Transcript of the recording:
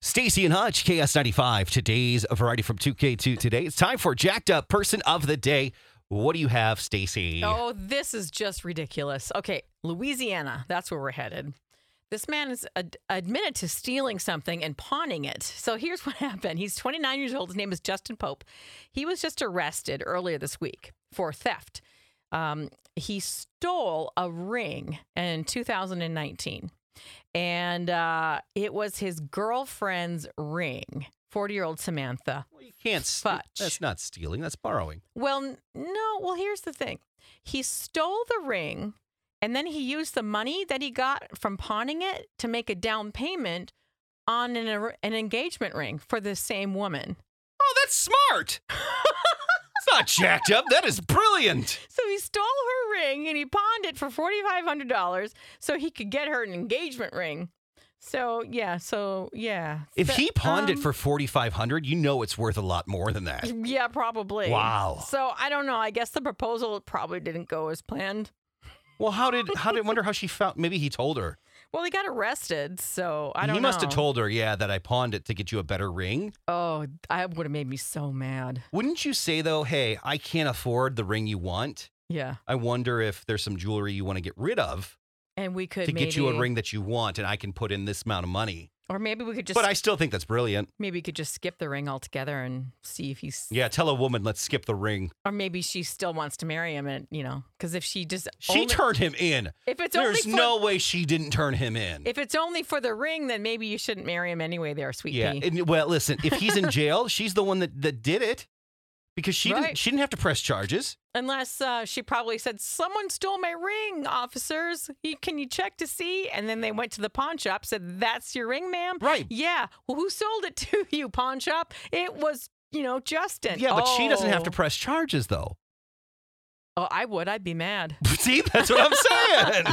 Stacy and Hutch, KS95, today's variety from 2K2 today. It's time for Jacked Up Person of the Day. What do you have, Stacy? Oh, this is just ridiculous. Okay, Louisiana, that's where we're headed. This man is ad- admitted to stealing something and pawning it. So here's what happened. He's 29 years old. His name is Justin Pope. He was just arrested earlier this week for theft. Um, he stole a ring in 2019, and uh, it was his girlfriend's ring, 40 year old Samantha. Well, you can't steal. Fudge. That's not stealing, that's borrowing. Well, n- no. Well, here's the thing. He stole the ring and then he used the money that he got from pawning it to make a down payment on an, ar- an engagement ring for the same woman. Oh, that's smart. it's not jacked up. That is brilliant. So he stole her ring and he pawned it for $4,500 so he could get her an engagement ring. So, yeah. So, yeah. If Th- he pawned it um, for 4500 you know it's worth a lot more than that. Yeah, probably. Wow. So I don't know. I guess the proposal probably didn't go as planned. Well, how did, how did, wonder how she found, maybe he told her. Well, he got arrested, so I don't he know. must have told her, yeah, that I pawned it to get you a better ring. Oh, that would have made me so mad. Wouldn't you say, though, hey, I can't afford the ring you want? Yeah. I wonder if there's some jewelry you want to get rid of And we could to maybe, get you a ring that you want, and I can put in this amount of money. or maybe we could just but I still think that's brilliant. maybe we could just skip the ring altogether and see if he's Yeah, tell a woman, let's skip the ring. or maybe she still wants to marry him and you know because if she just She only, turned him in. if it's only There's for, no way she didn't turn him in. if it's only for the ring then maybe you shouldn't marry him anyway there sweet yeah. pea. and- well, listen, if he's in jail, she's the one that, that did it because she didn't Right. she didn't have to press charges. unless uh, she probably said someone stole my ring officers you, can you check to see and then they went to the pawn shop said that's your ring ma'am Right. yeah well who sold it to you pawn shop it was you know Justin Yeah, but she doesn't have to Oh. press charges though. Oh, I would. I'd be mad. See, that's what I'm saying.